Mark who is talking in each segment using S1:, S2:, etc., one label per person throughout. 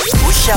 S1: Aisyah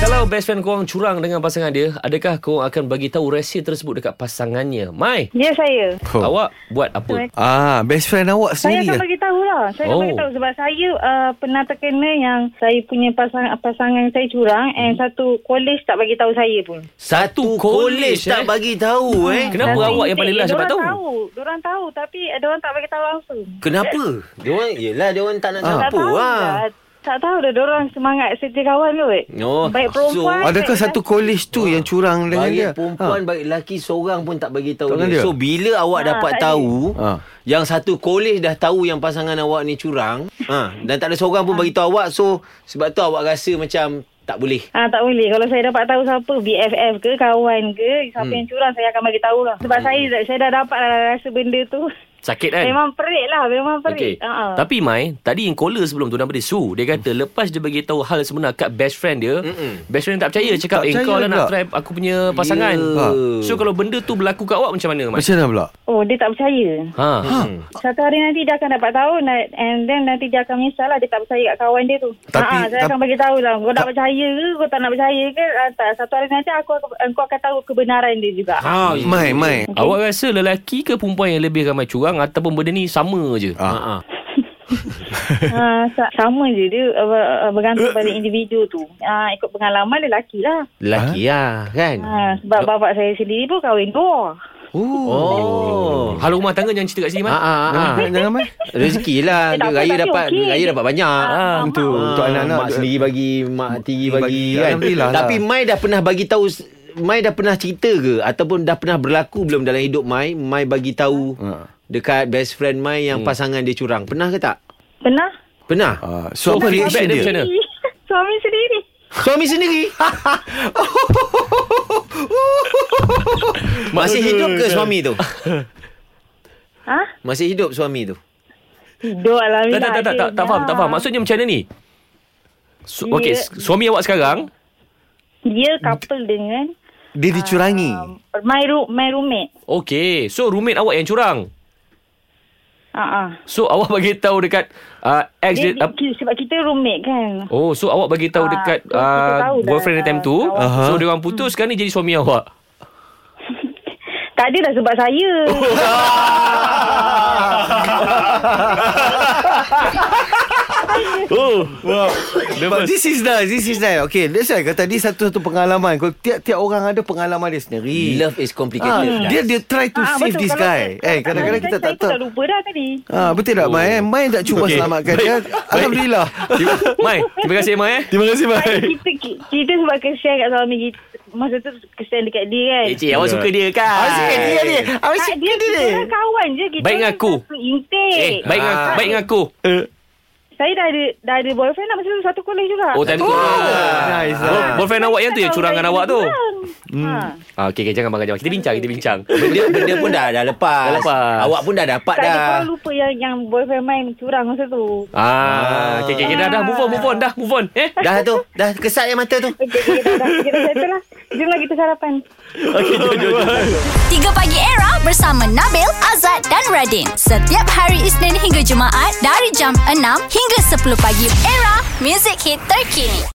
S2: Kalau best friend korang curang dengan pasangan dia, adakah korang akan bagi tahu rahsia tersebut dekat pasangannya? Mai,
S3: Ya saya.
S2: oh. awak buat apa?
S3: Baik.
S4: Ah, best friend awak
S3: Saya
S4: sendiri
S3: akan
S4: ke?
S3: bagi tahu lah. Saya
S2: Oh.
S3: akan bagi tahu sebab saya uh, pernah terkena yang saya punya pasangan pasangan saya curang and
S2: Hmm.
S3: satu college tak bagi tahu saya pun. Ah,
S2: Satu kolej eh?
S4: bagi
S3: Hmm.
S4: tahu eh.
S2: Kenapa
S3: Tapi
S2: awak yang paling last dapat tahu?
S3: Diorang tahu. Diorang tahu tapi eh, diorang tak bagi tahu langsung.
S4: Kenapa?
S5: Dia orang yelah dia orang tak nak
S4: Ah.
S5: cakap.
S3: tak
S4: Apa
S3: tahu
S4: lah?
S3: dah. Tak tahu dah diorang semangat setia kawan kot.
S5: Oh,
S3: Baik perempuan. ya?
S4: Ah, Adakah
S3: eh?
S4: satu college tu yang curang dengan
S5: Baik
S4: dia? Ah.
S5: perempuan baik lelaki seorang pun tak bagi tahu
S4: Tak
S5: dia.
S4: dengan dia?
S5: So bila awak
S3: Ha,
S5: dapat
S3: tak
S5: tahu
S4: Ha.
S5: yang satu kolej dah tahu yang pasangan awak ni curang, ha dan tak ada seorang pun bagi tahu awak so sebab tu awak rasa macam tak boleh.
S3: Ah tak boleh. Kalau saya dapat tahu siapa BFF ke kawan ke siapa
S2: Hmm.
S3: yang curang saya akan bagi tahu lah. Sebab saya saya dah dapat lah rasa benda tu.
S2: Sakit Hmm. kan?
S3: Memang perit lah, memang
S2: Okey.
S3: perit. Ah, ah.
S2: Tapi Mai, tadi yang caller sebelum tu nama dia Su, dia kata lepas dia bagi tahu hal sebenar kat best friend dia, Mm-mm. best friend tak percaya cakap,
S4: Tak
S2: "Eh kau
S4: percaya
S2: lah nak
S4: pula."
S2: try aku punya pasangan."
S5: Ya.
S2: Yeah. So kalau benda tu berlaku kat awak macam mana, Mai?
S4: Macam mana pula?
S3: Oh, dia tak percaya.
S2: Ha.
S3: Hmm. Satu hari nanti dia akan dapat tahu na- and then nanti dia akan menyesal lah dia tak percaya kat kawan dia tu. ha,
S4: Tapi-
S3: saya
S4: tapi-
S3: akan bagi tahu lah kau nak
S4: Ta-
S3: percaya ke kau tak nak percaya ke ah, tak. Satu hari nanti aku akan- kau akan tahu kebenaran dia juga. Ha.
S5: Ha.
S4: Mai, Mai.
S2: Okay. Awak rasa lelaki ke perempuan yang lebih ramai curang ataupun benda ni sama je?
S4: Ah.
S5: Ha.
S3: Ah, sa- sama je dia uh, uh,
S2: Eh,
S3: bergantung pada individu tu. Ha, ikut pengalaman lelaki lah.
S5: Lelaki ah kan.
S3: Ha, sebab bapak saya sendiri pun kahwin dua.
S5: Oh.
S2: Hal rumah tangga jangan cerita kat sini, Mai.
S5: Ha ah ah.
S4: Jangan, jangan Mai.
S3: Eh, tak
S5: Rezekilah
S3: apa,
S5: dia lah, raya
S3: tapi
S5: dapat
S3: okey.
S5: okay. raya dapat banyak.
S3: Ah,
S5: Ah.
S4: Untuk untuk anak-anak
S5: mak sendiri bagi mak tiri
S4: bagi,
S5: bagi, kan
S4: Alhamdulillah lah.
S5: tapi mai dah pernah bagi tahu mai dah pernah cerita ke ataupun dah pernah berlaku belum dalam hidup mai mai bagi tahu
S4: Ha.
S5: dekat best friend mai yang pasangan dia curang pernah ke tak
S3: Pernah?
S5: pernah
S4: Hmm. Ah, so apa
S2: Oh, Feedback
S4: reaction
S2: dia macam
S4: dia?
S2: mana?
S3: Suami sendiri.
S5: suami sendiri masih hidup
S4: kan.
S5: ke suami tu
S3: Ha?
S5: masih hidup suami tu
S3: Hidup lah.
S2: Tak tak tak tak tak, tak faham tak faham. Maksudnya macam mana ni? Su- Okey,
S3: Dia-
S2: s- suami awak sekarang
S3: Dia couple dengan
S4: Dia dicurangi.
S3: um, my, ru- my roommate.
S2: Okey, so roommate awak yang curang.
S3: Ha ah.
S2: So awak bagi tahu dekat uh, ex
S3: Dia,
S2: dia,
S3: dia,
S2: ap-
S3: ki- sebab kita roommate kan.
S2: Oh, so awak bagi tahu
S3: Ah,
S2: dekat
S3: so kita
S2: uh,
S3: tahu dah,
S2: boyfriend that time
S3: ah,
S2: tu.
S3: kawan.
S2: So dia orang putus sekarang ni jadi suami awak.
S3: Tak ada dah sebab saya.
S2: Oh.
S4: But this is that This is that Okay that's why Kata dia satu-satu pengalaman Kau Tiap-tiap orang ada pengalaman dia sendiri
S5: love is
S4: Ah,
S5: complicated
S4: Dia dia try to
S3: Ah,
S4: save
S3: betul.
S4: this
S3: Kalau-
S4: guy
S3: kalau
S4: Eh kadang-kadang
S3: saya-
S4: kita tak
S3: saya pun
S4: tahu
S3: tak lupa dah tadi.
S4: Ah betul tak Mai? eh? Mai tak cuba
S2: Okey.
S4: selamatkan
S2: Baik.
S4: dia.
S2: Baik.
S4: Alhamdulillah.
S2: Terima- Mai, terima kasih Mai eh.
S4: Terima kasih
S3: Sebab kita, ki- kita sebab kesian kat suami kita. Masa tu kesian dekat dia kan.
S2: Eh, cik, awak suka dia kan?
S4: Awak suka Ah, dia ni. Awak
S3: Tak,
S4: suka
S3: dia,
S4: dia
S3: kita
S4: ni.
S3: orang kawan je. Kita
S2: Baik dengan
S3: orang
S2: aku.
S3: satu Intik.
S2: Eh, baik dengan,
S5: Ah.
S2: baik dengan aku.
S3: Saya dah ada, dah ada boyfriend lah. Masa tu satu kolej juga.
S2: Oh, time tu.
S4: Nice
S2: Bo-
S4: lah.
S2: Boyfriend awak yang tu yang curang dengan awak tu.
S3: Hmm. Ha.
S2: Ah, okey, okey, jangan bangga jangan. Kita bincang, kita bincang.
S5: benda benda pun dah dah lepas.
S2: Dah lepas.
S5: awak pun dah dapat
S3: Tak ada
S5: dah
S3: korang lupa yang, yang boyfriend main curang masa tu.
S2: Ah, okey, okey, okey, dah, dah, move on, move on, dah, move on. Eh?
S5: dah tu dah kesat yang mata tu
S3: Okay, okay, dah, dah. Kita settle lah. Jomlah kita sarapan.
S6: 3 Pagi Era bersama Nabil, Azad dan Radin. Setiap hari Isnin hingga Jumaat dari jam 6 hingga 10 pagi. Era, music hit terkini.